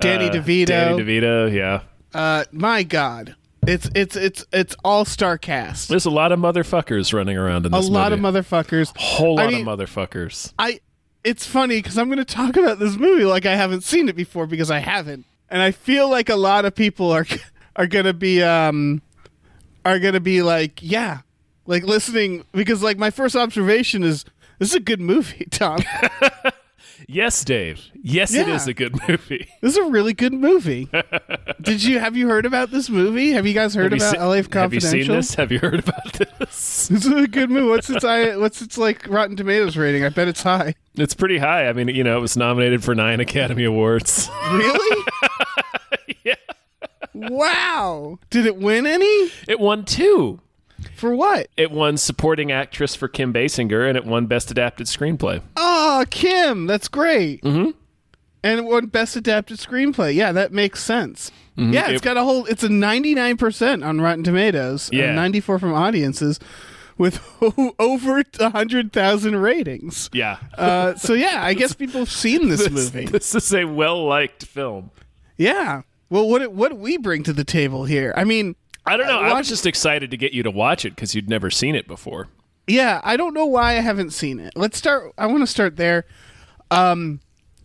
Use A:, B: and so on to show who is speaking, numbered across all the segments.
A: Danny
B: Uh,
A: DeVito.
B: Danny DeVito, yeah.
A: Uh, my God, it's it's it's it's all star cast.
B: There's a lot of motherfuckers running around in
A: A
B: this
A: lot
B: movie.
A: of motherfuckers.
B: whole
A: I
B: lot
A: mean-
B: of motherfuckers.
A: I. It's funny because I'm going to talk about this movie like I haven't seen it before because I haven't, and I feel like a lot of people are are going to be um are going to be like yeah, like listening because like my first observation is This is a good movie, Tom.
B: Yes, Dave. Yes, it
A: Yeah.
B: is a good movie.
A: this is a really good movie. Did you have you heard about this movie? Have you guys heard
B: Have you
A: about
B: se-
A: LA Confidential?
B: Have you seen this? Have you heard about this?
A: This is a good movie. What's its I, what's its like Rotten Tomatoes rating? I bet it's high.
B: It's pretty high. I mean, you know, it was nominated for nine Academy Awards.
A: Really? Wow. Did it win any?
B: It won two.
A: For what?
B: It won supporting actress for Kim Basinger, and it won best adapted screenplay.
A: Oh, Kim, that's great. Mm-hmm. And it won Best Adapted Screenplay. Yeah, that makes sense. Yeah, it's
B: It-
A: got a whole. It's a ninety-nine percent on Rotten Tomatoes. and
B: Yeah.
A: ninety-four from audiences, with over hundred thousand ratings.
B: Yeah,
A: Uh, so yeah, I guess people have seen this,
B: this,
A: movie.
B: this is a well-liked film.
A: Yeah. Well, what what we bring to the table here? I mean,
B: I don't know. I was
A: watched-
B: just excited to get you to watch it because you'd never seen it before.
A: Yeah, I don't know why I haven't seen it. Let's start. I want to start there. Um,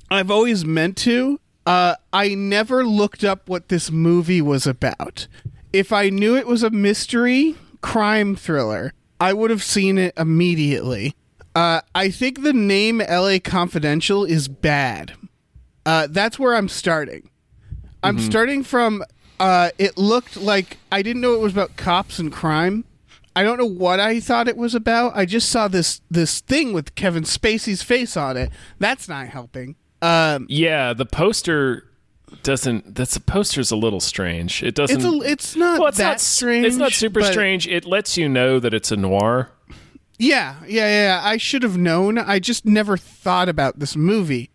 A: I've always meant to. Uh, I never looked up what this movie was about. If I knew it was a mystery crime thriller, I would have seen it immediately. Uh, I think the name LA Confidential is bad. Uh, that's where I'm starting. I'm starting from. Uh, it looked like I didn't know it was about cops and crime. I don't know what I thought it was about. I just saw this this thing with Kevin Spacey's face on it. That's not helping. Um,
B: Yeah, the poster doesn't. That's the poster's a little strange. It doesn't.
A: it's a, it's not
B: well, it's
A: that
B: not s-
A: strange.
B: It's not super
A: but-
B: strange. It lets you know that it's a noir.
A: Yeah, yeah, yeah. I should have known. I just never thought about this movie.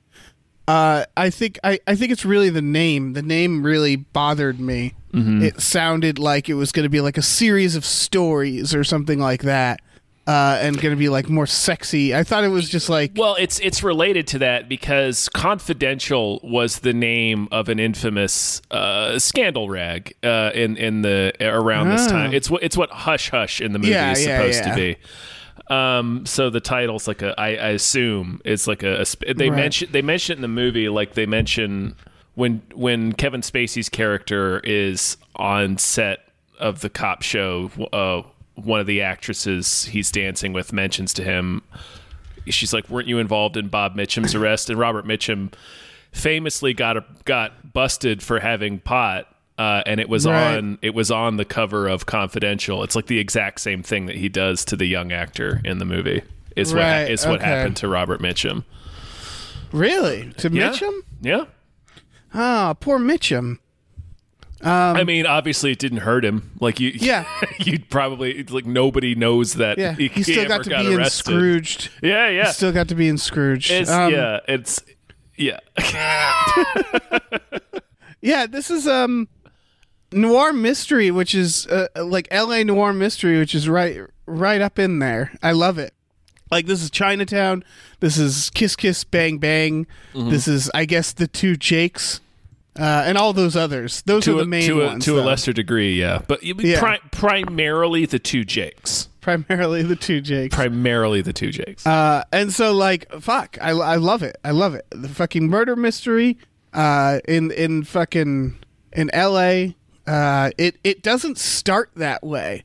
A: Uh, I think I, I think it's really the name. The name really bothered me.
B: Mm-hmm.
A: It sounded like it was going to be like a series of stories or something like that, uh, and going to be like more sexy. I thought it was just like
B: Well, it's it's related to that because Confidential was the name of an infamous uh, scandal rag uh, in in the around this time. It's what it's what Hush Hush in the movie
A: Ah. Yeah,
B: is
A: yeah,
B: supposed
A: yeah.
B: to be. Um, so the title's like a I, I assume it's like a, a sp- they
A: Right.
B: mention they mention it in the movie like they mention when when Kevin Spacey's character is on set of the cop show. Uh, one of the actresses he's dancing with mentions to him she's like, "Weren't you involved in Bob Mitchum's arrest?" And Robert Mitchum famously got got busted for having pot, uh, and it was
A: Right.
B: on it was on the cover of Confidential. It's like the exact same thing that he does to the young actor in the movie. Is what
A: Right,
B: ha- is what
A: okay.
B: happened to Robert Mitchum?
A: really to
B: Yeah.
A: Mitchum.
B: Yeah.
A: Ah, poor Mitchum.
B: I mean, obviously, it didn't hurt him. Like you,
A: Um, Yeah.
B: you'd probably like nobody knows that.
A: Yeah,
B: he,
A: he, still
B: ever
A: got to
B: got
A: be in
B: arrested.
A: Scrooged.
B: Yeah, yeah.
A: He still got to be in Scrooged.
B: It's-
A: Um,
B: yeah, it's yeah.
A: Yeah, this is um noir mystery, which is uh, like L.A. noir mystery, which is right right up in there. I love it. Like this is Chinatown. This is Kiss Kiss Bang Bang.
B: Mm-hmm.
A: This is I guess the two Jakes. Uh, and all those others. Those
B: to
A: are
B: a,
A: the main
B: to a,
A: ones.
B: to a
A: though.
B: lesser degree, yeah. But you-
A: Yeah.
B: Pri- primarily the two Jakes.
A: Primarily the two Jakes.
B: Primarily the two Jakes.
A: Uh, and so like fuck, I, I love it. I love it. The fucking murder mystery uh, in in fucking in L.A. Uh, it it doesn't start that way,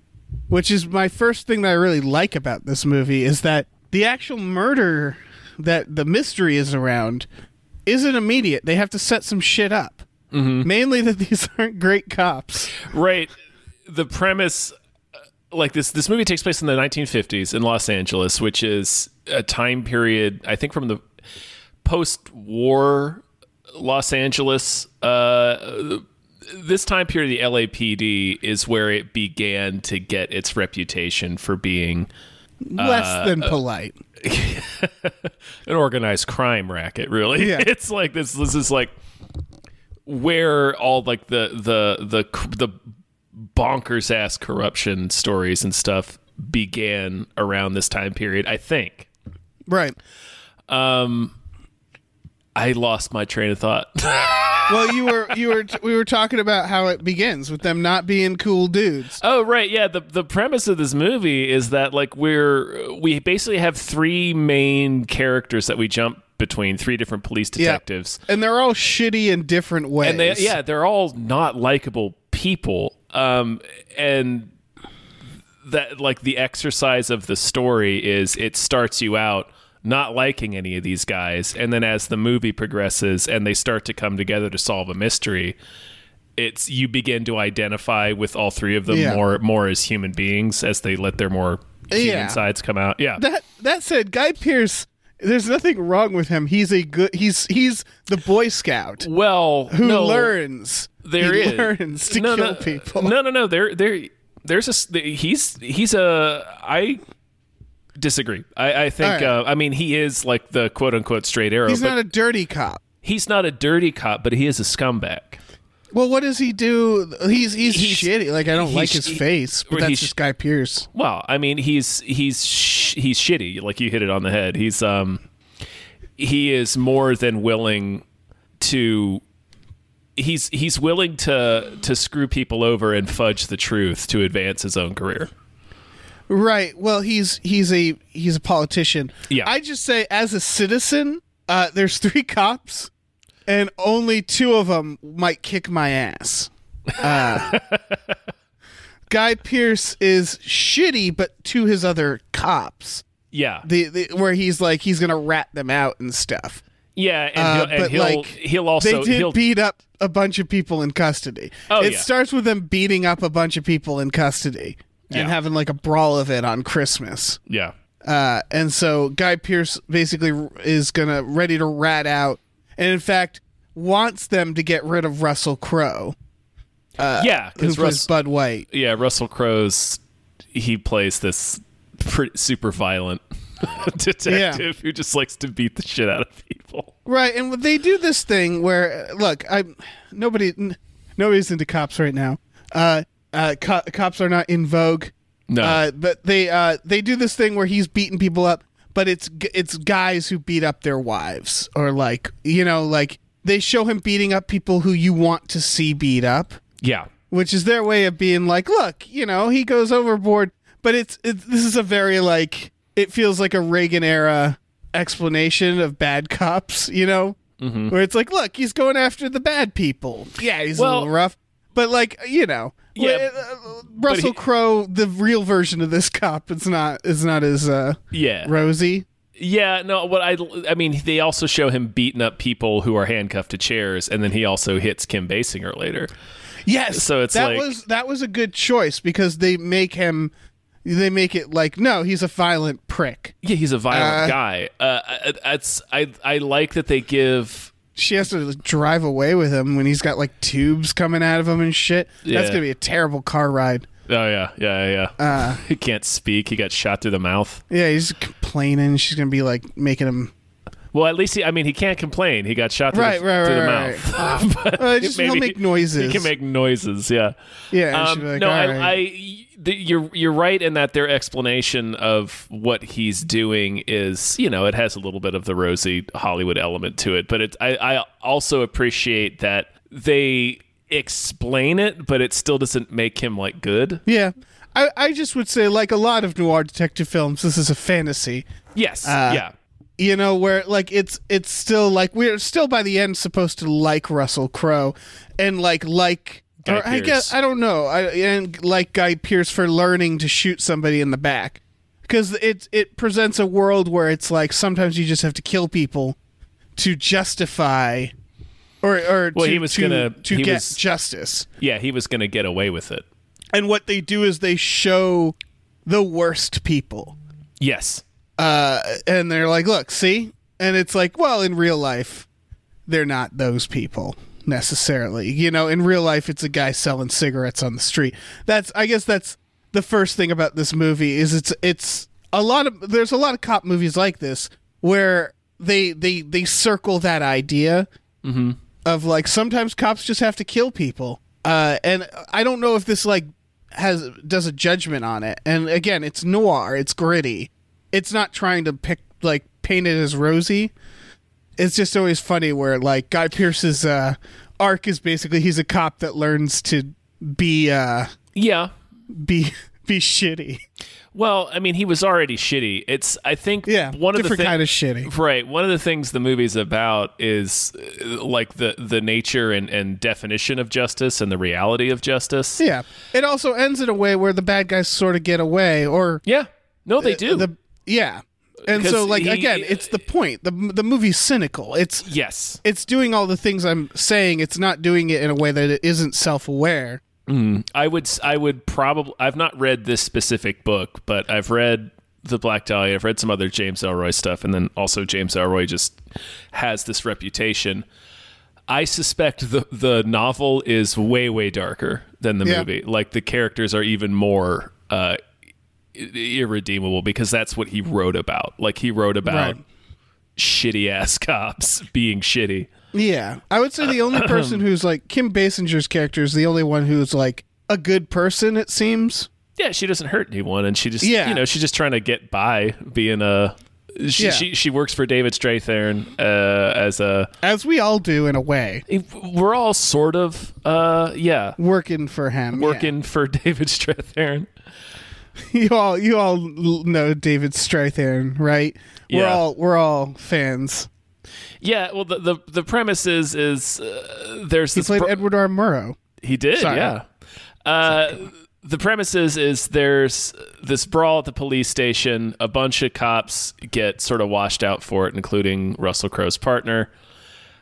A: which is my first thing that I really like about this movie is that the actual murder that the mystery is around isn't immediate. They have to set some shit up. Mainly that these aren't great cops.
B: right. The premise, uh, like this, this movie takes place in the 1950s in Los Angeles, which is a time period, I think, from the post-war Los Angeles. Uh, this time period, the LAPD is where it began to get its reputation for being
A: Less than polite.
B: an organized crime racket really
A: Yeah.
B: it's like this this is like where all like the the the cr- the bonkers ass corruption stories and stuff began around this time period i think
A: Right.
B: i lost my train of thought
A: Well, you were you were we were talking about how it begins with them not being cool dudes.
B: oh right yeah the the premise of this movie is that like we're we basically have three main characters that we jump between three different police detectives
A: And they're all shitty in different ways.
B: and they yeah they're all not likable people um and that like the exercise of the story is it starts you out not liking any of these guys, and then as the movie progresses and they start to come together to solve a mystery, it's you begin to identify with all three of them
A: Yeah.
B: more more as human beings as they let their more human
A: Yeah.
B: sides come out. Yeah.
A: That that said, Guy Pierce, there's nothing wrong with him. He's a good. He's he's the Boy Scout
B: well,
A: who
B: no,
A: learns.
B: There
A: he
B: is
A: learns to
B: no,
A: kill
B: no,
A: people.
B: No, no, no. There, there. There's a s- he's he's a I disagree. I, I think
A: All right.
B: uh, I mean he is like the quote unquote straight arrow,
A: he's
B: but
A: not a dirty cop.
B: he's not a dirty cop, but he is a scumbag.
A: Well, what does he do? He's he's,
B: He's-
A: shitty. Like I don't
B: he's-
A: like his
B: he-
A: face, but
B: or
A: that's
B: he's-
A: just Guy Pierce.
B: Well, I mean he's he's sh- he's shitty. Like you hit it on the head. He's um he is more than willing to. He's he's willing to to screw people over and fudge the truth to advance his own career.
A: Right. Well, he's he's a he's a politician.
B: Yeah.
A: I just say as a citizen, uh, there's three cops, and only two of them might kick my ass. Uh, Guy Pierce is shitty, but to his other cops,
B: Yeah,
A: the, the where he's like he's gonna rat them out and stuff.
B: Yeah, and
A: Uh,
B: he'll, and
A: but
B: he'll,
A: like
B: he'll also
A: they did
B: he'll
A: beat up a bunch of people in custody.
B: Oh,
A: it
B: yeah.
A: starts with them beating up a bunch of people in custody
B: Yeah.
A: and having like a brawl of it on Christmas.
B: yeah
A: Uh, and so Guy Pierce basically r- is gonna ready to rat out, and in fact wants them to get rid of Russell Crowe,
B: yeah
A: Uh, who
B: because
A: plays
B: Russell
A: Bud White.
B: yeah Russell Crowe's he plays this pretty, super violent detective who just likes to beat the shit out of people.
A: Right, and they do this thing where uh, look, I nobody n- nobody's into cops right now. Uh, uh, co- cops are not in vogue.
B: No,
A: Uh, but they uh, they do this thing where he's beating people up, but it's g- it's guys who beat up their wives or like you know like they show him beating up people who you want to see beat up,
B: yeah,
A: which is their way of being like, look, you know, he goes overboard. But it's, it's this is a very like it feels like a Reagan era explanation of bad cops, you know,
B: Mm-hmm.
A: where it's like, look, he's going after the bad people. Yeah, he's
B: Well-
A: a little rough, but like you know.
B: Yeah,
A: uh, Russell
B: he-
A: Crowe, the real version of this cop, it's not is not as uh,
B: yeah,
A: rosy.
B: yeah. No, what I I mean they also show him beating up people who are handcuffed to chairs, and then he also hits Kim Basinger later.
A: Yes,
B: So it's
A: that
B: like-
A: was that was a good choice because they make him, they make it like no, he's a violent prick.
B: Yeah, he's a violent
A: Uh,
B: guy. Uh, I- I- it's I I like that they give
A: she has to drive away with him when he's got like tubes coming out of him and shit.
B: Yeah.
A: That's gonna be a terrible car ride.
B: Oh yeah, yeah, yeah.
A: Uh.
B: yeah. he can't speak. He got shot through the mouth.
A: Yeah, he's complaining. She's gonna be like making him.
B: Well, at least he, I mean, he can't complain. He got shot through
A: Right,
B: the,
A: right,
B: through the
A: right,
B: mouth. But
A: Uh, just he'll
B: maybe
A: make noises.
B: He can make noises. Yeah.
A: Yeah, and she'll
B: Um,
A: be like,
B: no, I,
A: "All
B: I
A: right."
B: the, you're you're right in that their explanation of what he's doing is you know it has a little bit of the rosy Hollywood element to it, but it I, I also appreciate that they explain it, but it still doesn't make him like good.
A: yeah. I, I just would say like a lot of noir detective films, this is a fantasy.
B: Yes.
A: Uh.
B: yeah.
A: You know where like it's it's still like we're still by the end supposed to like Russell Crowe, and like like
B: Guy
A: or I
B: Pearce.
A: guess I don't know I and like Guy Pierce for learning to shoot somebody in the back because it it presents a world where it's like sometimes you just have to kill people to justify or or
B: Well,
A: to,
B: he was
A: to,
B: gonna-
A: to
B: he
A: get
B: was-
A: justice.
B: Yeah. He was gonna get away with it.
A: And what they do is they show the worst people.
B: Yes.
A: and they're like, "Look, see," and it's like, well, in real life, they're not those people necessarily. You know, in real life, it's a guy selling cigarettes on the street. That's, I guess, that's the first thing about this movie is it's it's a lot of there's a lot of cop movies like this where they they they circle that idea of like sometimes cops just have to kill people. Uh, and I don't know if this like has does a judgment on it. And again, it's noir, it's gritty. It's not trying to pick like paint it as rosy. It's just always funny where like Guy Pierce's uh, arc is basically he's a cop that learns to be uh,
B: Yeah.
A: be be shitty.
B: Well, I mean, he was already shitty. It's I think
A: Yeah,
B: one of the
A: different
B: thi-
A: kind of shitty.
B: Right. One of the things the movie's about is uh, like the the nature and, and definition of justice and the reality of justice.
A: Yeah. It also ends in a way where Uh, the bad guys sort of get away, or
B: Yeah. No, they do.
A: the yeah. and so
B: because
A: like
B: he-
A: again, it's the point. the The movie's cynical. It's
B: yes,
A: it's doing all the things I'm saying. It's not doing it in a way that it isn't self aware.
B: I would s- I would probably I've not read this specific book, but I've read The Black Dahlia. I've read some other James Elroy stuff, and then also James Elroy just has this reputation. I suspect the the novel is way way darker than the
A: Yeah.
B: movie. Like the characters are even more uh, i- irredeemable because that's what he wrote about. Like he wrote about
A: Right.
B: shitty ass cops being shitty.
A: Yeah, I would say the only person who's like Kim Basinger's character is the only one who's like a good person. It seems.
B: yeah, she doesn't hurt anyone, and she just
A: Yeah.
B: you know she's just trying to get by being a. She,
A: Yeah.
B: she she works for David Strathairn uh, as a.
A: As we all do in a way,
B: We're all sort of uh yeah
A: working for him. yeah.
B: working for David Strathairn.
A: You all, you all l- know David Strathairn, right? We're
B: Yeah.
A: all, we're all fans.
B: Yeah, well the the, the premise is is uh, there's
A: He
B: this
A: played
B: pro-
A: Edward R. Murrow.
B: He did,
A: Sorry.
B: yeah. Uh, the premise is, is there's this brawl at the police station. A bunch of cops get sort of washed out for it, including Russell Crowe's partner.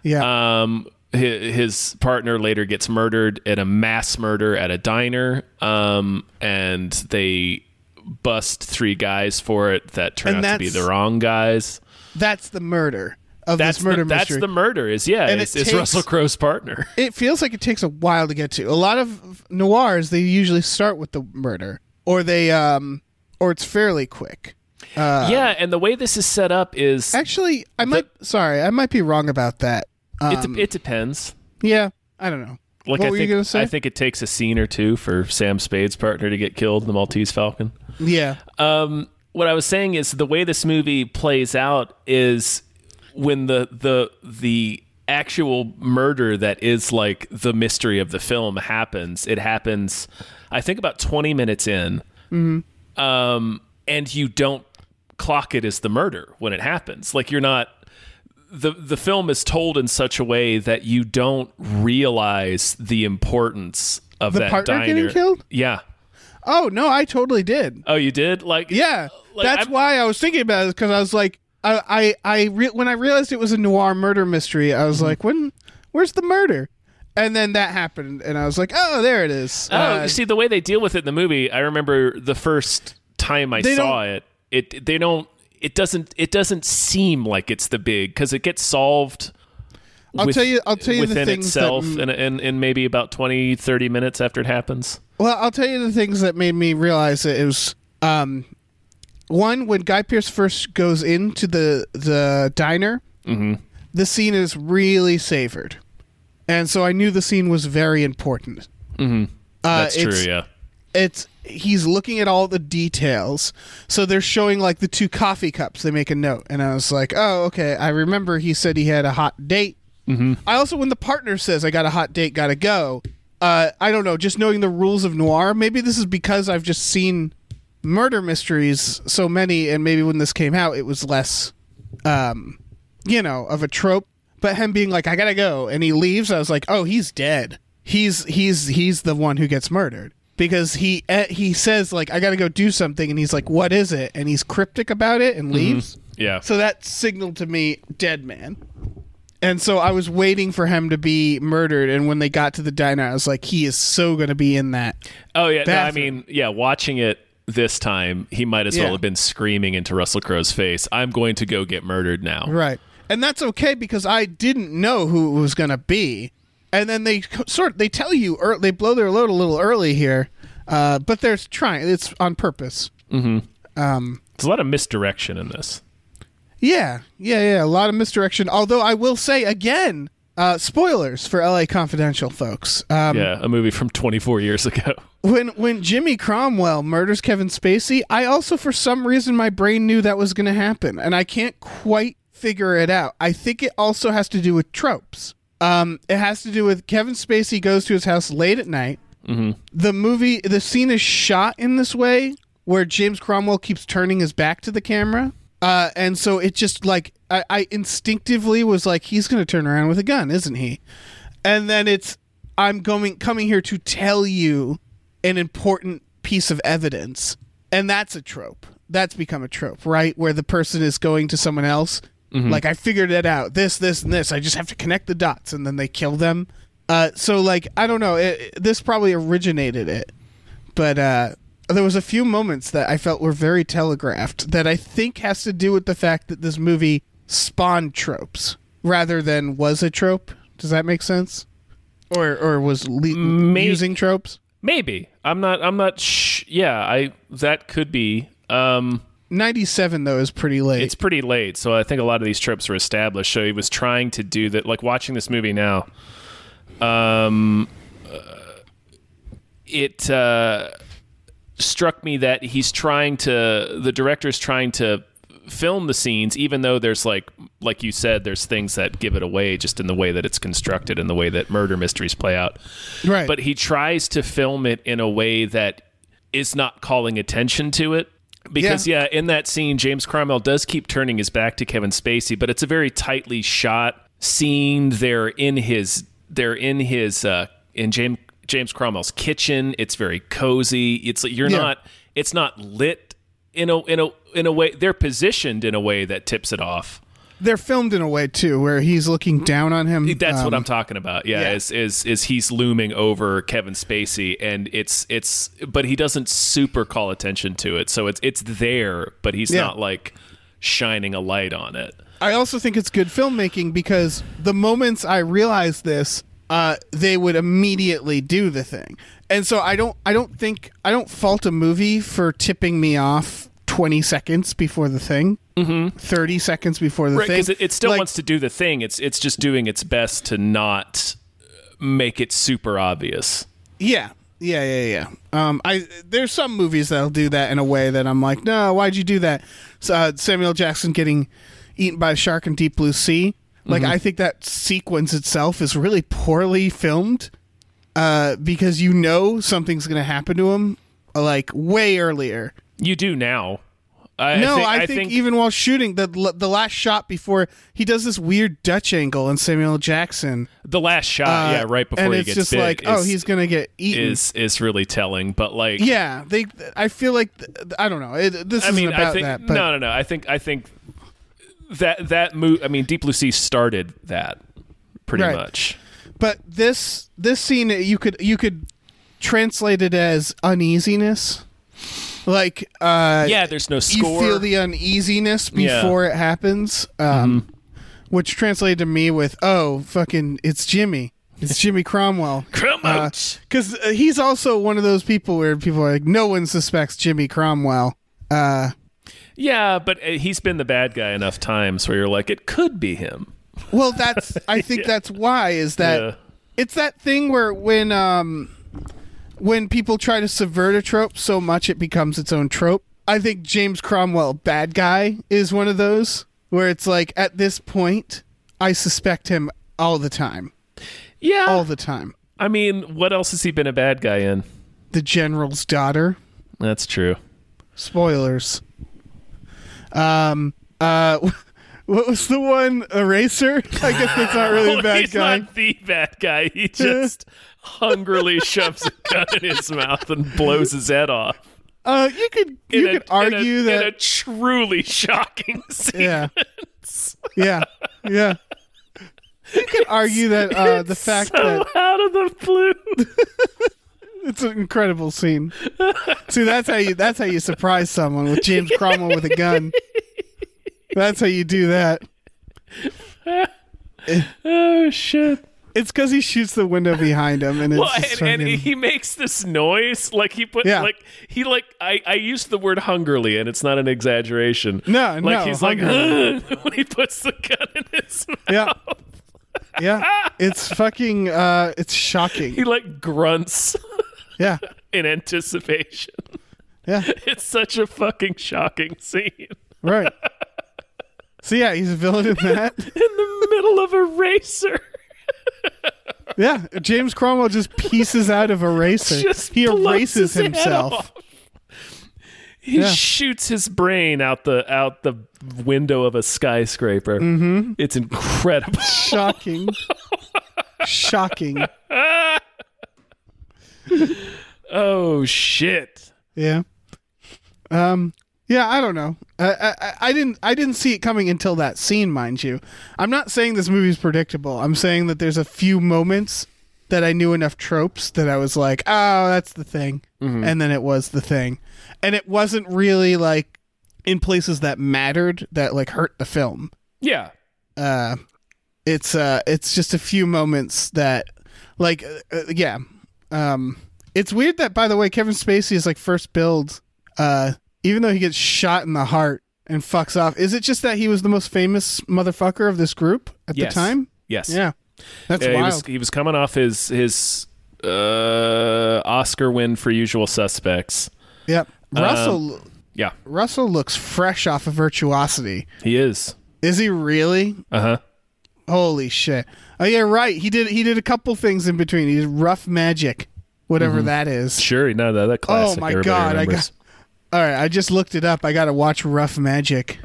A: Yeah,
B: Um, his, his partner later gets murdered in a mass murder at a diner, um, and they bust three guys for it that turn
A: And
B: out to be the
A: that's-
B: wrong guys.
A: that's the murder of
B: That's
A: this murder
B: the, that's
A: mystery.
B: the murder. Is yeah,
A: And
B: it's,
A: it
B: it's
A: takes-
B: Russell Crowe's partner.
A: it feels like it takes a while to get to. A lot of noirs they usually start with the murder, or they, um, or it's fairly quick. Uh,
B: yeah, and the way this is set up is
A: Actually, I might. sorry, I might be wrong about that.
B: it, de- it depends.
A: Yeah, I don't know.
B: Like
A: Um, what
B: I
A: were
B: think
A: you gonna say?
B: I think it takes a scene or two for Sam Spade's partner to get killed, the Maltese Falcon.
A: yeah,
B: Um, what I was saying is the way this movie plays out is when the the the actual murder that is like the mystery of the film happens. It happens, I think, about twenty minutes in,
A: Mm-hmm.
B: um, and you don't clock it as the murder when it happens. Like you're not. The, the film is told in such a way that you don't realize the importance of
A: The
B: that
A: partner
B: diner.
A: getting killed?
B: Yeah.
A: Oh no, I totally did.
B: Oh, you did? Like
A: Yeah,
B: Uh, Like,
A: that's
B: I'm-
A: why I was thinking about it because I was like, I, I, I re- when I realized it was a noir murder mystery, I was
B: Mm-hmm.
A: like, when, where's the murder? And then that happened, and I was like, oh, there it is.
B: Oh,
A: Uh,
B: you see the way they deal with it in the movie. I remember the first time I
A: They
B: saw it. It they don't. It doesn't. It doesn't seem like it's the big because it gets solved.
A: I'll tell you- I'll tell you the
B: within
A: things
B: itself
A: that-
B: in, in, in maybe about 20, 30 minutes after it happens.
A: Well, I'll tell you the things that made me realize that it was um, one when Guy Pierce first goes into the the diner. Mm-hmm. The scene is really savored, and so I knew the scene was very important. Mm-hmm. Uh,
B: That's true.
A: it's-
B: Yeah.
A: it's he's looking at all the details. So they're showing like the two coffee cups. They make a note, and I was like, oh, okay. I remember he said he had a hot date. Mm-hmm. I also, when the partner says I got a hot date, gotta go. Uh, I don't know. Just knowing the rules of noir, maybe this is because I've just seen murder mysteries so many, and maybe when this came out, it was less, um, you know, of a trope. But him being like, I gotta go, and he leaves. I was like, oh, he's dead. He's he's he's the one who gets murdered because he eh, he says like, I gotta go do something, and he's like, what is it? And he's cryptic about it and leaves.
B: Yeah.
A: So that signaled to me dead man. And so I was waiting for him to be murdered. And when they got to the diner, I was like, he is so going to be in that.
B: oh yeah. No, I
A: bathroom.
B: mean, yeah. Watching it this time, he might as well
A: Yeah.
B: have been screaming into Russell Crowe's face. I'm going to go get murdered now.
A: Right. And that's okay because I didn't know who it was going to be. And then they co- sort they tell you ear they blow their load a little early here, uh, but they're trying. It's on purpose.
B: There's a lot of misdirection in this.
A: Yeah, yeah, yeah. A lot of misdirection. Although I will say again, uh, spoilers for L.A. Confidential, folks. Um,
B: Yeah, a movie from 24 years ago.
A: when when Jimmy Cromwell murders Kevin Spacey, I also for some reason my brain knew that was going to happen, and I can't quite figure it out. I think it also has to do with tropes. Um, it has to do with Kevin Spacey goes to his house late at night. Mm-hmm. The movie, the scene is shot in this way where James Cromwell keeps turning his back to the camera, uh, and so it just like I, I instinctively was like, he's going to turn around with a gun, isn't he? and then it's I'm going coming here to tell you an important piece of evidence, and that's a trope. that's become a trope, right? Where the person is going to someone else. Like I figured it out. This, this, and this. I just have to connect the dots, and then they kill them. Uh, so like I don't know. It, it- this probably originated it, but uh, there was a few moments that I felt were very telegraphed. That I think has to do with the fact that this movie spawned tropes rather than was a trope. Does that make sense? Or or was le- using tropes?
B: Maybe I'm not. I'm not. Sh- yeah, I that could be. Um,
A: 97 though is pretty late
B: it's pretty late, so I think a lot of these tropes were established. So he was trying to do that. Like watching this movie now, um, uh, it uh, struck me that he's trying to. The director's trying to film the scenes, even though there's like, like you said, there's things that give it away just in the way that it's constructed and the way that murder mysteries play out
A: right
B: but he tries to film it in a way that is not calling attention to it because yeah. in that scene James Cromwell does keep turning his back to Kevin Spacey but it's a very tightly shot scene they're in his they're in his uh in James James Cromwell's kitchen it's very cozy it's you're
A: Yeah.
B: not it's not lit in a in a in a way they're positioned in a way that tips it off
A: they're filmed in a way too where he's looking down on him
B: that's what
A: um,
B: I'm talking about. Yeah,
A: yeah.
B: Is, is is he's looming over Kevin Spacey, and it's it's, but he doesn't super call attention to it. So it's it's there, but he's
A: Yeah.
B: not like shining a light on it.
A: i also think it's good filmmaking because the moments i realized this uh, they would immediately do the thing and so i don't i don't think i don't fault a movie for tipping me off 20 seconds before the thing mm-hmm. 30 seconds before the
B: Right,
A: thing
B: because it, it still
A: Like,
B: wants to do the thing. It's it's just doing its best to not make it super obvious.
A: Yeah. Yeah, yeah, yeah. Um, I there's some movies that'll do that in a way that I'm like, no, why'd you do that? So, uh, Samuel Jackson getting eaten by a shark in Deep Blue Sea.
B: Mm-hmm.
A: Like, I think that sequence itself is really poorly filmed uh, because you know something's gonna happen to him like way earlier.
B: You do now. I,
A: No, I
B: thi-
A: think, even while shooting the the last shot before he does this weird Dutch angle in Samuel Jackson.
B: the last shot,
A: uh,
B: yeah, right before
A: and
B: he
A: it's
B: gets
A: just
B: bit
A: like, oh,
B: is-
A: he's gonna get eaten.
B: is is really telling. But like,
A: Yeah, they. I feel like th- I don't know. It, this
B: I
A: isn't
B: mean,
A: about
B: I think
A: that, but
B: no, no, no. I think I think that that move. I mean, Deep Blue Sea started that pretty
A: Right.
B: much.
A: but this this scene you could you could translate it as uneasiness, like uh,
B: Yeah, there's no
A: you
B: score.
A: feel the uneasiness before it happens, um,
B: Mm-hmm.
A: which translated to me with oh fucking it's Jimmy, it's Jimmy Cromwell.
B: Come
A: uh,
B: out.
A: because he's also one of those people where people are like, no one suspects Jimmy Cromwell. Uh,
B: yeah, but uh, he's been the bad guy enough times where you're like, it could be him.
A: well, that's I think that's why is that
B: Yeah.
A: it's that thing where when um when people try to subvert a trope so much it becomes its own trope. I think James Cromwell bad guy is one of those where it's like at this point I suspect him all the time.
B: Yeah.
A: All the time.
B: I mean, what else has he been a bad guy in?
A: The general's daughter.
B: That's true.
A: Spoilers. Um uh what was the one eraser? I guess that's not really a bad
B: he's
A: guy.
B: not the bad guy. He just hungrily shoves a gun in his mouth and blows his head off.
A: Uh you could you
B: In a-
A: could argue
B: in a,
A: that
B: in a truly shocking scene.
A: yeah. Yeah. Yeah. You could argue that uh, the fact that
B: out of the blue.
A: it's an incredible scene. See, that's how you that's how you surprise someone with James Cromwell with a gun. That's how you do that.
B: Oh shit!
A: It's because he shoots the window behind him, and it's
B: Well,
A: just
B: and, and
A: fucking-
B: he makes this noise like he put
A: Yeah.
B: like he like I I used the word hungrily, and it's not an exaggeration.
A: No,
B: like
A: no,
B: he's
A: hungrily.
B: like "Ugh," when he puts the gun in his mouth.
A: yeah, yeah. It's fucking uh, it's
B: He
A: shocking.
B: like grunts
A: Yeah,
B: in anticipation.
A: yeah,
B: It's such a fucking shocking scene.
A: right. So yeah, he's a villain in that.
B: In the middle of a racer,
A: Yeah, James Cromwell just pieces out of eraser.
B: Just
A: he
B: blows
A: erases
B: his head
A: himself.
B: off. he
A: Yeah.
B: shoots his brain out the out the window of a skyscraper. Mm-hmm. It's incredible.
A: Shocking. Shocking.
B: Oh shit.
A: Yeah. Um Yeah, I don't know. Uh, I, I, I didn't. I didn't see it coming until that scene, mind you. I'm not saying this movie's predictable. I'm saying that there's a few moments that I knew enough tropes that I was like, "Oh, that's the thing,"
B: Mm-hmm.
A: and then it was the thing, and it wasn't really like in places that mattered that like hurt the film.
B: Yeah.
A: It's uh, it's just a few moments that, like, uh, uh, yeah. Um, it's weird that by the way, Kevin Spacey is like first build. Uh, even though he gets shot in the heart and fucks off, is it just that he was the most famous motherfucker of this group at
B: Yes.
A: the time?
B: Yes.
A: Yeah, that's
B: Yeah, he
A: wild.
B: was he was coming off his his uh, Oscar win for Usual Suspects.
A: Yep.
B: Uh,
A: Russell
B: Yeah,
A: Russell looks fresh off of virtuosity.
B: he is.
A: Is he really?
B: Uh huh.
A: Holy shit. Oh yeah, right. He did he did a couple things in between. He did rough magic, whatever
B: Mm-hmm.
A: that is.
B: Sure. No, that that classic.
A: Oh my
B: everybody
A: god, I
B: remembers.
A: got All right, I just looked it up. I got to watch Rough Magic.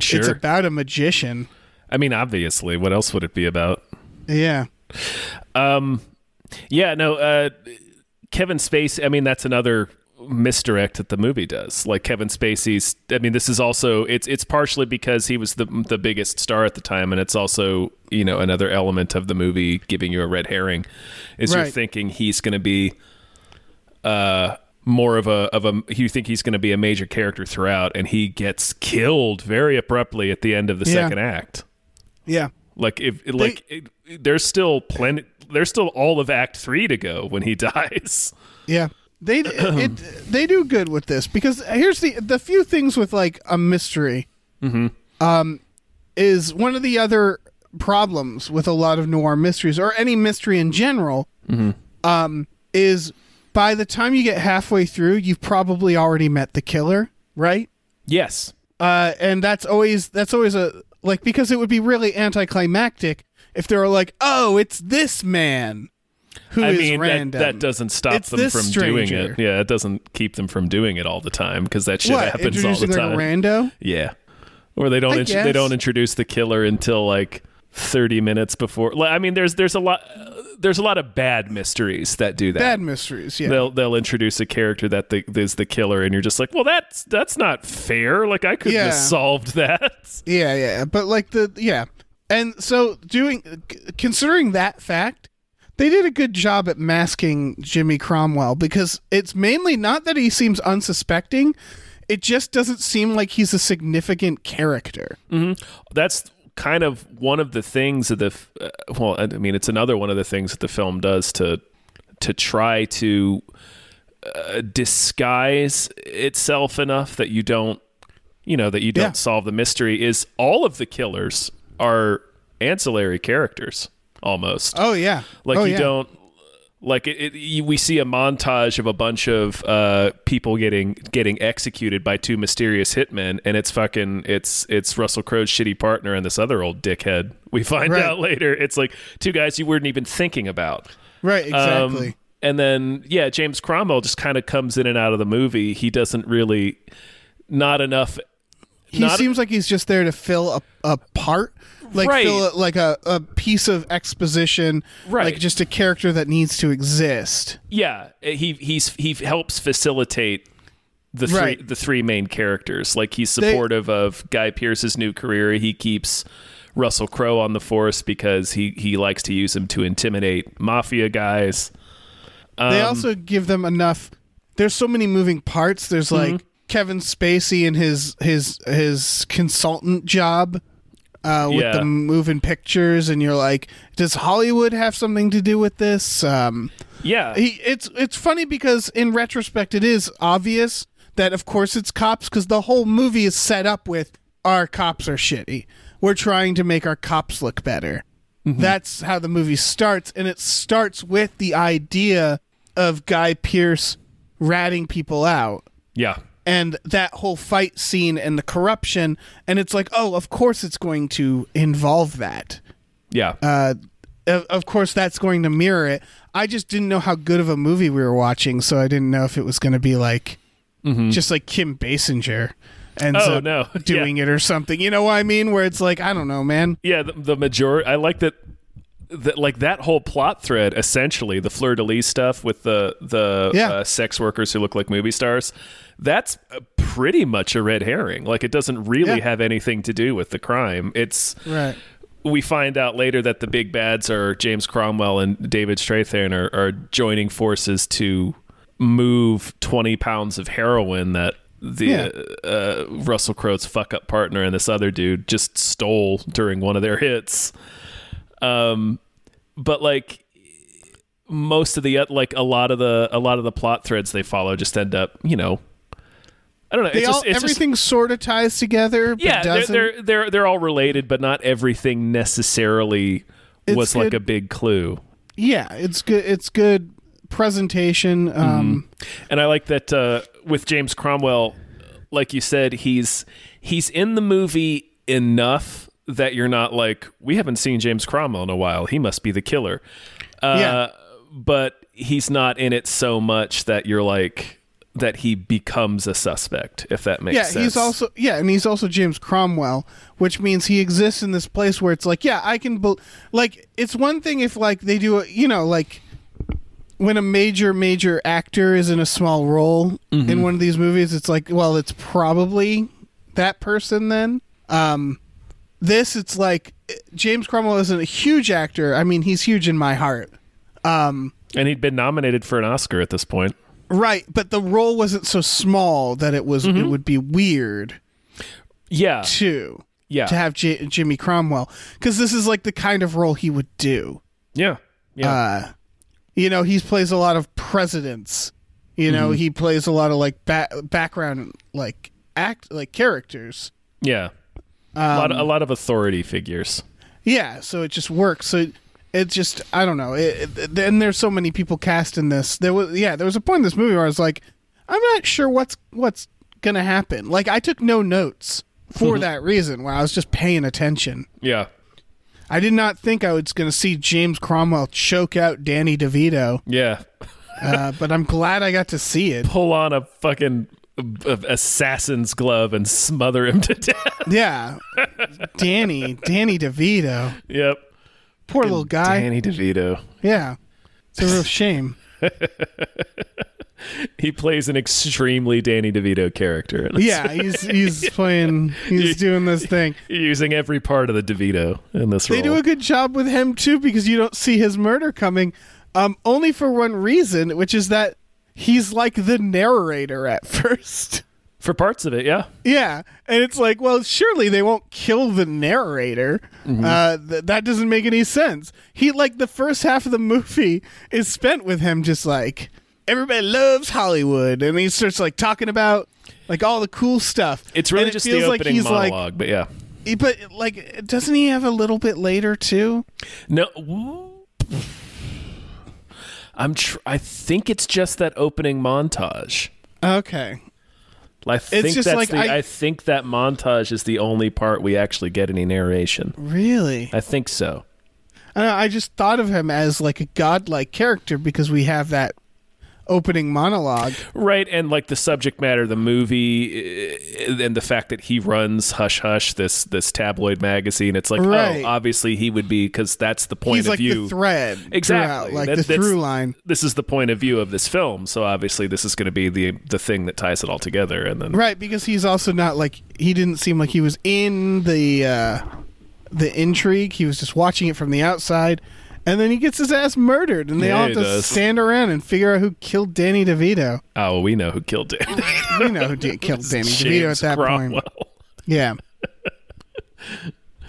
B: sure.
A: It's about a magician.
B: I mean, obviously, what else would it be about?
A: Yeah.
B: Yeah, no, uh, Kevin Spacey. I mean, that's another misdirect that the movie does. Like Kevin Spacey's. I mean, this is also it's it's partially because he was the the biggest star at the time, and it's also you know another element of the movie giving you a red herring is you're
A: Right.
B: thinking he's going to be. Uh, more of a of a you think he's going to be a major character throughout, and he gets killed very abruptly at the end of the
A: Yeah.
B: second act.
A: Yeah.
B: Like if like it, there's still plenty, there's still all of Act Three to go when he dies.
A: Yeah. They it, they do good with this because here's the the few things with like a mystery um is one of the other problems with a lot of noir mysteries or any mystery in general um is by the time you get halfway through you've probably already met the killer, right?
B: Yes.
A: uh, and that's always that's always a like because it would be really anticlimactic if they were like, oh, it's this man who is
B: I mean that,
A: random.
B: that doesn't stop
A: It's
B: them
A: this
B: from doing
A: stranger.
B: it. Yeah, it doesn't keep them from doing it all the time because that shit
A: what
B: happens all the
A: introducing like
B: time.
A: a rando.
B: yeah. Or they don't
A: I
B: int- they
A: guess.
B: don't introduce the killer until like 30 minutes before. Like, I mean there's there's a lot there's a lot of bad mysteries that do that.
A: Bad mysteries, yeah.
B: They'll they'll introduce a character that the, is the killer and you're just like, "Well, that's that's not fair. Like I could
A: Yeah.
B: have solved that."
A: Yeah, yeah, but like the yeah, and so doing c- considering that fact, they did a good job at masking Jimmy Cromwell because it's mainly not that he seems unsuspecting, it just doesn't seem like he's a significant character.
B: Mm. that's kind of one of the things that the f- uh, well i mean it's another one of the things that the film does to to try to uh, disguise itself enough that you don't you know that you don't
A: Yeah.
B: solve the mystery is all of the killers are ancillary characters almost
A: Oh yeah,
B: like
A: Oh,
B: you
A: yeah.
B: don't like it, it you, we see a montage of a bunch of uh people getting getting executed by two mysterious hitmen and it's fucking it's it's Russell Crowe's shitty partner and this other old dickhead we find
A: Right.
B: out later it's like two guys you weren't even thinking about
A: Right,
B: Um,
A: exactly.
B: and then yeah James Cromwell just kind of comes in and out of the movie he doesn't really not enough
A: he
B: not-
A: seems like he's just there to fill a, a part, like
B: Right.
A: fill a, like a, a piece of exposition,
B: Right.
A: Like just a character that needs to exist.
B: yeah eh, he he's he helps facilitate the three
A: Right.
B: the three main characters like he's supportive of guy Pearce's new career he keeps russell crowe on the force because he he likes to use him to intimidate mafia guys
A: they
B: Um,
A: also give them enough. There's so many moving parts. There's
B: Mm-hmm.
A: like Kevin Spacey and his his his consultant job. Uh, with
B: Yeah.
A: the moving pictures, and you're like, does Hollywood have something to do with this? Um,
B: yeah
A: he it's it's funny because in retrospect it is obvious that of course it's cops because the whole movie is set up with our cops are shitty we're trying to make our cops look better that's how the movie starts and it starts with the idea of guy pierce ratting people out
B: yeah
A: and that whole fight scene and the corruption and it's like oh of course it's going to involve that
B: yeah
A: Uh, of, of course that's going to mirror it i just didn't know how good of a movie we were watching so i didn't know if it was going to be like just like kim basinger and
B: Mm-hmm. Oh, no. Yeah.
A: doing it or something you know what i mean where it's like i don't know man
B: yeah the, the majority i like that that like that whole plot thread essentially the fleur de lis stuff with the the
A: Yeah.
B: uh, sex workers who look like movie stars that's uh, pretty much a red herring like it doesn't really
A: Yeah.
B: have anything to do with the crime it's
A: Right.
B: we find out later that the big bads are James Cromwell and David Strathairn are, are joining forces to move 20 pounds of heroin that the uh, Russell Crowe's fuck up partner and this other dude just stole during one of their hits. Um, but like most of the uh, like a lot of the a lot of the plot threads they follow just end up you know I don't know
A: They
B: it's
A: all
B: just, it's just-
A: everything sort of ties together. But
B: yeah, they're,
A: doesn't.
B: they're they're they're all related, but not everything necessarily
A: It's
B: was like
A: good.
B: a big clue.
A: yeah. It's good. It's good presentation.
B: Mm-hmm.
A: Um,
B: And I like that uh, with James Cromwell, like you said, he's he's in the movie enough that you're not like we haven't seen James Cromwell in a while. He must be the killer. Uh,
A: Yeah.
B: but he's not in it so much that you're like that he becomes a suspect. If that makes
A: Yeah,
B: sense.
A: he's also yeah, and he's also James Cromwell, which means he exists in this place where it's like, yeah, I can bel like it's one thing if like they do a you know like when a major major actor is in a small role in one of these movies, it's like, well, it's probably that person then. Um, this it's like eh, James Cromwell isn't a huge actor. I mean, he's huge in my heart.
B: and he'd been nominated for an Oscar at this point.
A: Right, but the role wasn't so small that it was it would be weird
B: Yeah,
A: too.
B: yeah,
A: to have J- Jimmy Cromwell because this is like the kind of role he would do.
B: yeah, yeah.
A: You know, he plays a lot of presidents. You know, he plays a lot of like ba- background like act like characters.
B: Yeah. a, lot of, a
A: Um,
B: lot of authority figures.
A: Yeah, so it just works. So it, it just I don't know. It, it, and there's so many people cast in this. There was yeah, there was a point in this movie where I was like, I'm not sure what's what's gonna happen. Like I took no notes for that reason where I was just paying attention.
B: Yeah.
A: I did not think I was going to see James Cromwell choke out Danny DeVito,
B: Yeah.
A: uh, but I'm glad I got to see it.
B: Pull on a fucking uh, assassin's glove and smother him to death.
A: Yeah, Danny, Danny DeVito,
B: yep.
A: poor little guy.
B: Danny DeVito.
A: Yeah, it's a real shame.
B: He plays an extremely Danny DeVito character.
A: Yeah, he's he's playing, he's doing this thing.
B: Using every part of the DeVito in this
A: They
B: role.
A: do a good job with him too because you don't see his murder coming, um, only for one reason, which is that he's like the narrator at first.
B: For parts of it, yeah.
A: Yeah, and it's like, well, surely they won't kill the narrator.
B: Mm-hmm.
A: Uh, th- that doesn't make any sense. He like the first half of the movie is spent with him just like everybody loves Hollywood, and he starts like talking about like all the cool stuff.
B: It's really
A: And it
B: just the
A: feels like
B: opening
A: he's, like-
B: monologue, but yeah.
A: he- but like, doesn't he have a little bit later too?
B: No. I'm tr- I think it's just that opening montage.
A: Okay,
B: I think
A: just
B: that's
A: like
B: the, I,
A: I-
B: think that montage is the only part we actually get any narration.
A: really?
B: I think so.
A: I, don't know, I just thought of him as like a godlike character because we have that opening monologue.
B: Right, and like the subject matter of the movie eh, and the fact that he runs Hush Hush this this tabloid magazine, it's like
A: Right.
B: oh, obviously he would be cuz that's the point
A: he's
B: of
A: like
B: view.
A: the thread
B: Exactly.
A: throughout, like
B: That-
A: the
B: that's-
A: through line
B: This is the point of view of this film, so obviously this is going to be the the thing that ties it all together and then
A: right because he's also not like he didn't seem like he was in the uh the intrigue he was just watching it from the outside and then he gets his ass murdered and they
B: Yeah,
A: all
B: he
A: have to
B: does.
A: stand around and figure out who killed danny devito
B: oh, well, we know who killed it.
A: we know who did, killed danny devito at
B: James
A: that
B: Cromwell.
A: point yeah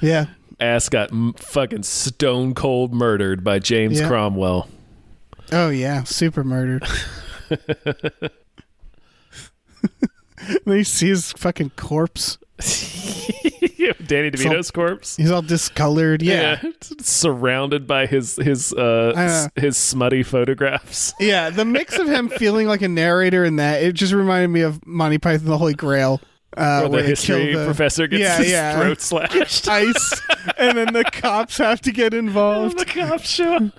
A: yeah
B: Ass got m- fucking stone cold murdered by James
A: Yeah.
B: Cromwell.
A: oh yeah super murdered Then he sees his fucking corpse.
B: Danny DeVito's corpse.
A: He's all discolored. yeah.
B: surrounded by his his uh,
A: I know.
B: s- his smutty photographs.
A: Yeah, the mix of him feeling like a narrator in that it just reminded me of Monty Python and the Holy Grail,
B: Where
A: uh,
B: the
A: they kill
B: history
A: the-
B: professor gets
A: yeah,
B: his
A: yeah.
B: throat slashed.
A: ice, and then the cops have to get involved.
B: the cop show. All right,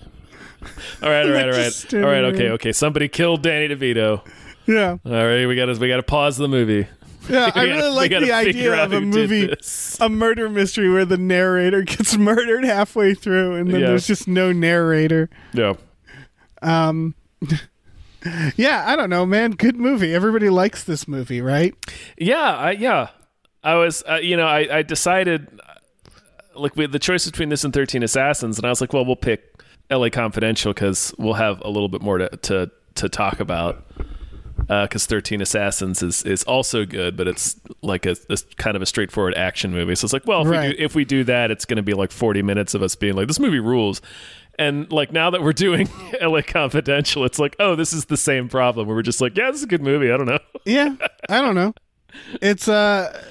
B: all right, all right,
A: Just
B: all right.
A: standing
B: Okay,
A: there.
B: okay. Somebody killed Danny DeVito.
A: Yeah,
B: All right, we got to we got to pause the movie.
A: Yeah, I
B: We gotta-
A: really
B: we
A: like
B: gotta
A: the
B: figure
A: idea
B: out
A: of a
B: who did
A: movie,
B: this.
A: a murder mystery where the narrator gets murdered halfway through, and then
B: Yeah.
A: there's just no narrator. Um,
B: Yeah.
A: Yeah, I don't know, man. Good movie. Everybody likes this movie, right?
B: Yeah, I, yeah. I was, uh, you know, I, I decided, uh, like, we, the choice between this and Thirteen Assassins, and I was like, well, we'll pick L.A. Confidential because we'll have a little bit more to to, to talk about. Because Thirteen Assassins is is also good, but it's like a, a s- kind of a straightforward action movie. So it's like, well, if we
A: Right.
B: do if we do that, it's going to be like forty minutes of us being like, this movie rules. And like now that we're doing L.A. Confidential, it's like, oh, this is the same problem where we're just like, yeah, this is a good movie. I don't know.
A: Yeah, I don't know. It's uh,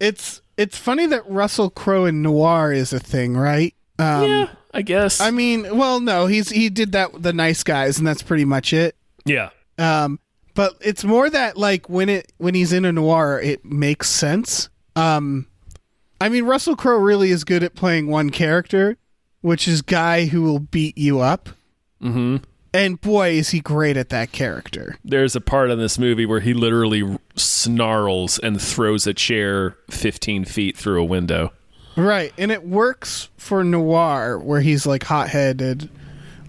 A: it's it's funny that Russell Crowe in noir is a thing, right? Um,
B: yeah, I guess.
A: I mean, well, no, he's he did that the Nice Guys, and that's pretty much it.
B: yeah.
A: Um, but it's more that like when it when he's in a noir, it makes sense. Um, I mean, Russell Crowe really is good at playing one character, which is guy who will beat you up. Mm-hmm. And boy, is he great at that character.
B: there's a part in this movie where he literally snarls and throws a chair 15 feet through a window.
A: Right, and it works for noir where he's like hot-headed.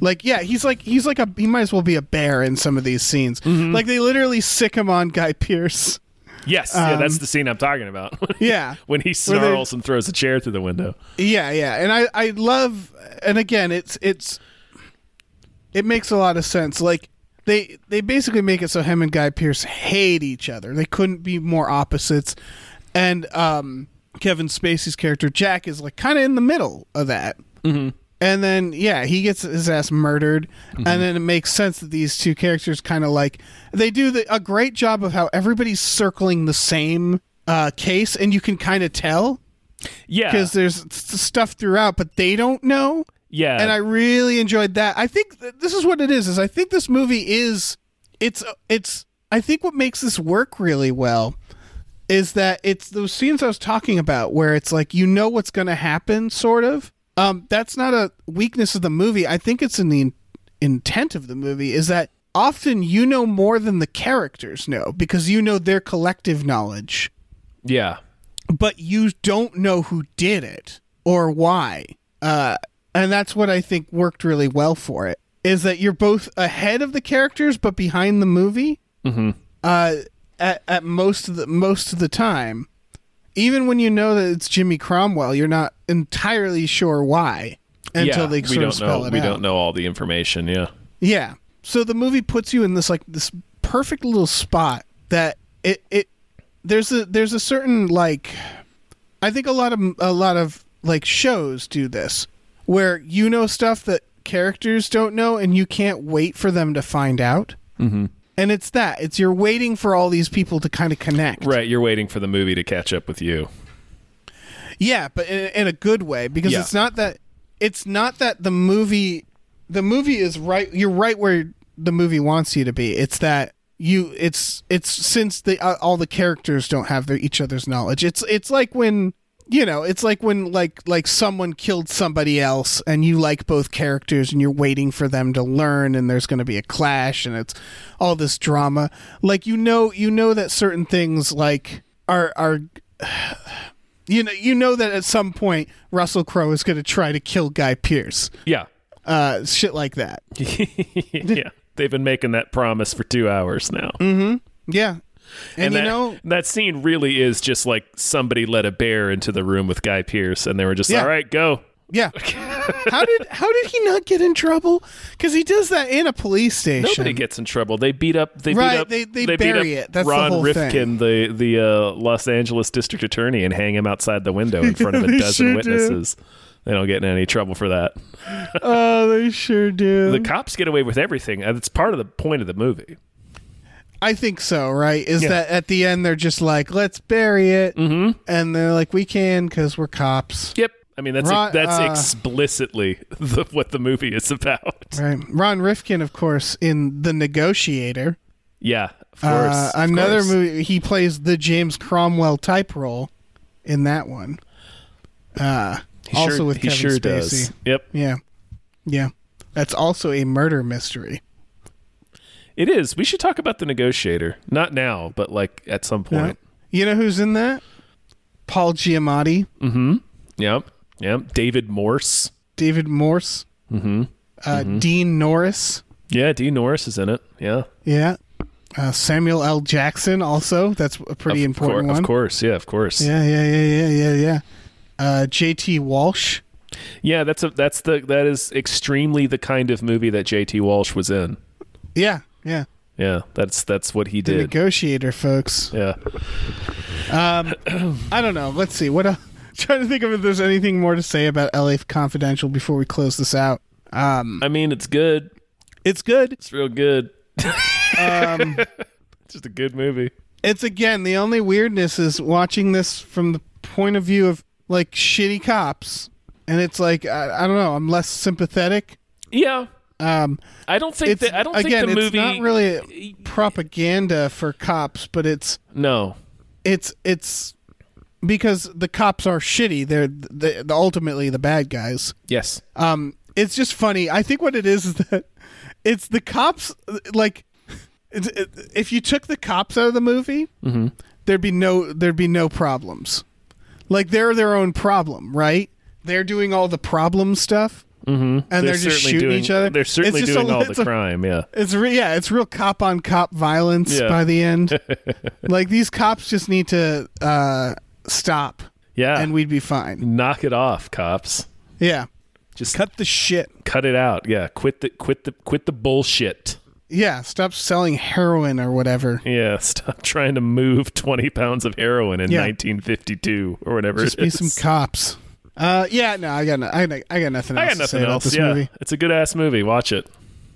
A: Like yeah, he's like he's like a he might as well be a bear in some of these scenes. Like they literally sick him on Guy Pierce.
B: Yes, yeah, that's the scene I'm talking about.
A: Yeah.
B: when he
A: Um, Where they-
B: snarls and throws a chair through the window.
A: Yeah, yeah, and I I love, and again, it's it's it makes a lot of sense. Like they they basically make it so him and Guy Pierce hate each other. They couldn't be more opposites, and um Kevin Spacey's character Jack is like kind of in the middle of that. Mm-hmm. And then yeah, he gets his ass murdered, and then it makes sense that these two characters kind of like they do the, a great job of how everybody's circling the same uh, case, and you can kind of tell
B: Yeah.
A: because there's s- stuff throughout, but they don't know.
B: Yeah.
A: And I really enjoyed that. I think th- this is what it is. Is I think this movie is it's it's I think what makes this work really well is that it's those scenes I was talking about where it's like you know what's going to happen sort of. Um that's not a weakness of the movie. I think it's in the in- intent of the movie is that often you know more than the characters know because you know their collective knowledge
B: yeah.
A: but you don't know who did it or why. Uh, and that's what I think worked really well for it is that you're both ahead of the characters but behind the movie
B: Mm-hmm.
A: uh, at, at most of the most of the time. Even when you know that it's Jimmy Cromwell, you're not entirely sure why until
B: yeah.
A: they
B: we
A: sort
B: don't
A: of spell
B: know
A: it
B: we
A: out.
B: don't know all the information, yeah.
A: Yeah. So the movie puts you in this like this perfect little spot that it it there's a there's a certain like I think a lot of a lot of like shows do this where you know stuff that characters don't know and you can't wait for them to find out. Mm-hmm. And it's that it's you're waiting for all these people to kind of connect.
B: Right, you're waiting for the movie to catch up with you.
A: Yeah, but in, in a good way because
B: Yeah.
A: it's not that it's not that the movie the movie is right you're right where the movie wants you to be. It's that you it's it's since the uh, all the characters don't have their each other's knowledge. It's it's like when you know, it's like when like like someone killed somebody else and you like both characters and you're waiting for them to learn and there's going to be a clash and it's all this drama. Like you know you know that certain things like are are you know you know that at some point Russell Crowe is going to try to kill Guy Pierce,
B: Yeah.
A: uh, shit like that.
B: yeah. They've been making that promise for 2 hours now.
A: Yeah, and,
B: that,
A: Mm-hmm. you know,
B: that scene really is just like somebody let a bear into the room with Guy Pierce and they were just
A: Yeah.
B: all right, go.
A: yeah. how did how did he not get in trouble? Because he does that in a police station.
B: Nobody gets in trouble. They beat up. They
A: Right,
B: beat up.
A: they- they
B: beat
A: bury
B: up
A: it. That's the
B: Ron
A: whole
B: Rifkin,
A: thing.
B: the the uh, Los Angeles district attorney, and hang him outside the window in front of a
A: They
B: dozen
A: sure do.
B: witnesses. They don't get in any trouble for that.
A: oh, they sure do.
B: The cops get away with everything. and It's part of the point of the movie.
A: I think so. Right? Is that at the end they're just like, let's bury it, mm-hmm. and they're like, we can because we're cops.
B: Yep. I mean that's
A: Ron-
B: that's
A: uh,
B: explicitly the, what the movie is about.
A: Right. Ron Rifkin, of course, in The Negotiator.
B: Yeah, of course.
A: Uh,
B: of
A: another
B: course.
A: movie. He plays the James Cromwell type role in that one. Uh,
B: He
A: also
B: sure-
A: with
B: he
A: Kevin
B: sure
A: Spacey.
B: does. Yep.
A: Yeah, yeah. That's also a murder mystery.
B: It is. We should talk about the negotiator. Not now, but like at some point.
A: You know who's in that? Paul Giamatti,
B: Yep. Yep. David Morse.
A: David Morse, mm-hmm. Uh, Dean Norris.
B: Yeah, Dean Norris is in it. Yeah.
A: Yeah. Uh, Samuel L. Jackson also. That's a pretty
B: of, cour-
A: important
B: of
A: one.
B: course. Yeah, of course.
A: Yeah, yeah, yeah, yeah, yeah, yeah. Uh, J.T. Walsh.
B: Yeah, that's a that's the that is extremely the kind of movie that J.T. Walsh was in.
A: Yeah, yeah.
B: Yeah, that's that's what he
A: The
B: did.
A: negotiator, folks.
B: yeah.
A: I don't know. Let's see. What else? Trying to think of if there's anything more to say about LA Confidential before we close this out.
B: I mean, it's good.
A: It's good.
B: It's real good.
A: Um,
B: just a good movie.
A: It's again the only weirdness is watching this from the point of view of like shitty cops, and it's like I, I don't know. I'm less sympathetic.
B: Yeah.
A: Um,
B: I don't think
A: it's
B: that I don't
A: again.
B: think the
A: it's
B: movie
A: not really propaganda for cops, but it's
B: No.
A: it's it's because the cops are shitty. They're the, the ultimately the bad guys.
B: Yes.
A: Um, it's just funny. I think what it is is that it's the cops. Like, it's, it, if you took the cops out of the movie,
B: Mm-hmm.
A: there'd be no there'd be no problems. Like they're their own problem, right? They're doing all the problem stuff, mm-hmm. and they're, just
B: certainly
A: shooting
B: doing,
A: each other.
B: They're
A: It's
B: certainly
A: just a-
B: doing all
A: it's
B: the
A: a-
B: crime. Yeah.
A: It's re- yeah, it's real cop on cop violence
B: Yeah.
A: by the end. like these cops just need to uh, stop,
B: Yeah.
A: and we'd be fine.
B: knock it off, cops.
A: Yeah,
B: Just cut
A: cut the shit.
B: cut it out. Yeah. Quit the quit the quit the bullshit.
A: Yeah, stop selling heroin or whatever.
B: Yeah. Stop trying to move twenty pounds of heroin in
A: Yeah.
B: 1952 or whatever.
A: Just
B: it
A: be
B: is.
A: some cops. Uh, yeah, no, I got, no, I got, I got nothing else
B: I got
A: to
B: nothing
A: say about
B: else.
A: this
B: yeah.
A: movie.
B: It's a good ass movie. Watch it.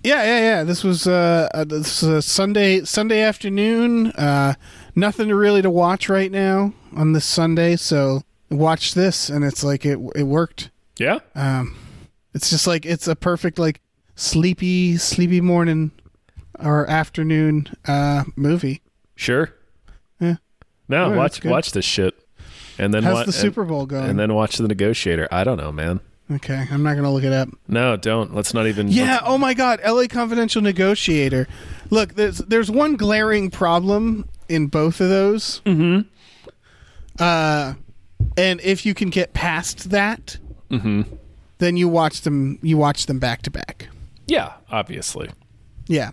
A: Yeah, yeah, yeah. This was uh, uh, this uh, Sunday Sunday afternoon. Uh, nothing to really to watch right now on this Sunday, so watch this, and it's like it it worked.
B: Yeah.
A: Uh, It's just like it's a perfect like sleepy sleepy morning or afternoon uh, movie.
B: Sure.
A: Yeah.
B: No,
A: Alright, that's
B: watch
A: good.
B: watch this shit, and then
A: How's
B: wa-
A: the Super Bowl going?
B: and, and then watch the Negotiator. I don't know, man.
A: okay, I'm not gonna look it up.
B: No, don't. Let's not even.
A: Yeah. Oh my God. L.A. Confidential negotiator. Look, there's there's one glaring problem in both of those. Mm-hmm. Uh, and if you can get past that, then you watch them. You watch them back to back.
B: Yeah, obviously.
A: Yeah.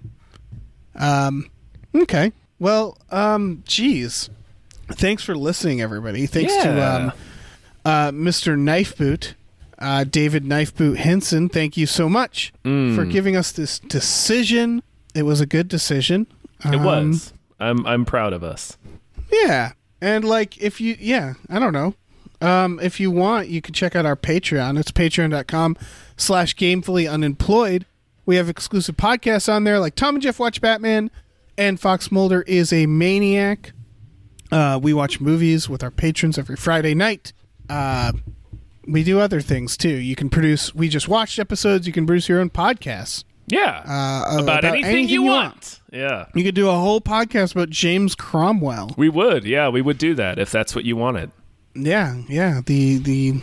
A: Um. Okay. Well. Um. Geez. Thanks for listening, everybody. Thanks to
B: Yeah.
A: um, uh, Mr. Knife Boot, uh, David Knife Boot Henson. Thank you so much
B: Mm.
A: for giving us this decision. It was a good decision.
B: It
A: Um,
B: was. I'm I'm proud of us.
A: Yeah. And like if you yeah, I don't know. Um if you want, you can check out our Patreon. It's patreon.com slash gamefully unemployed. We have exclusive podcasts on there like Tom and Jeff Watch Batman and Fox Mulder is a maniac. Uh, we watch movies with our patrons every Friday night. Uh, we do other things too. You can produce, we just watched episodes. You can produce your own podcasts.
B: Yeah.
A: Uh,
B: about, anything, you, want.
A: want.
B: Yeah.
A: You could do a whole podcast about James Cromwell.
B: We would. Yeah, we would do that if that's what you wanted.
A: Yeah, yeah. The the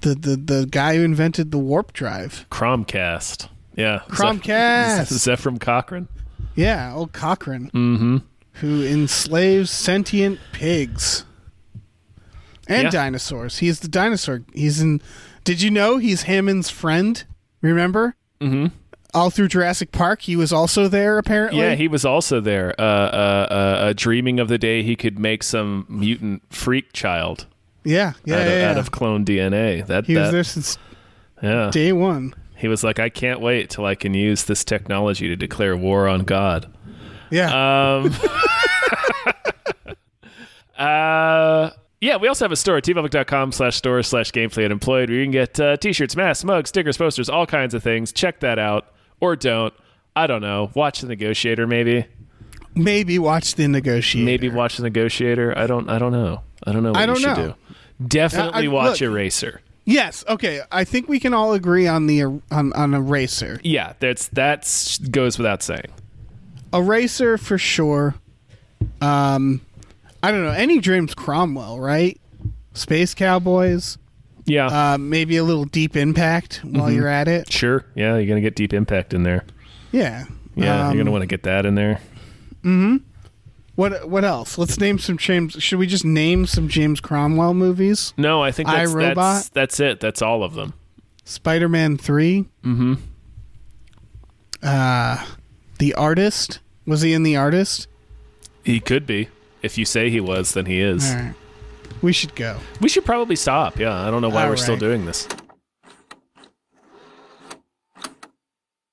A: the the, the guy who invented the warp drive.
B: Cromcast. Yeah.
A: Cromcast.
B: Zeph- Zephram Cochrane.
A: Yeah, old Cochrane. Mm-hmm. Who enslaves sentient pigs. And
B: Yeah.
A: dinosaurs. He's the dinosaur. He's in did you know he's Hammond's friend? Remember? Mm-hmm. All through Jurassic Park, he was also there apparently.
B: Yeah, he was also there, uh, uh, uh, uh, dreaming of the day he could make some mutant freak child
A: yeah, yeah,
B: out, of,
A: yeah,
B: out
A: yeah.
B: of clone DNA. That,
A: He was there
B: that
A: since
B: yeah.
A: day one.
B: He was like, I can't wait till I can use this technology to declare war on God.
A: Yeah.
B: Um, uh, yeah, we also have a store, tpublic.com slash store slash gameplay unemployed, where you can get uh, t shirts, masks, mugs, stickers, posters, all kinds of things. Check that out or don't. I don't know. Watch The Negotiator, maybe.
A: Maybe watch the negotiation.
B: Maybe watch The Negotiator. I don't. I don't know. I don't know. What
A: I don't
B: you should
A: know.
B: do. Definitely
A: I-
B: watch
A: look.
B: Eraser.
A: Yes. Okay. I think we can all agree on the er, on on eraser.
B: Yeah, that's that's goes without saying.
A: Eraser for sure. Um, I don't know any James Cromwell, right? Space Cowboys.
B: Yeah,
A: Uh, maybe a little Deep Impact while you're at it.
B: sure. Yeah, you're gonna get Deep Impact in there.
A: Yeah.
B: Yeah,
A: Um,
B: you're gonna want to get that in there.
A: What what else? Let's name some James. Should we just name some James Cromwell movies?
B: No, I think that's, that's
A: iRobot?
B: that's it. That's all of them.
A: Spider Man 3. Mm-hmm. Uh, the Artist. Was he in The Artist?
B: He could be. If you say he was, then he is.
A: All right. We should go.
B: We should probably stop. Yeah, I don't know why
A: All
B: we're still
A: right.
B: doing this.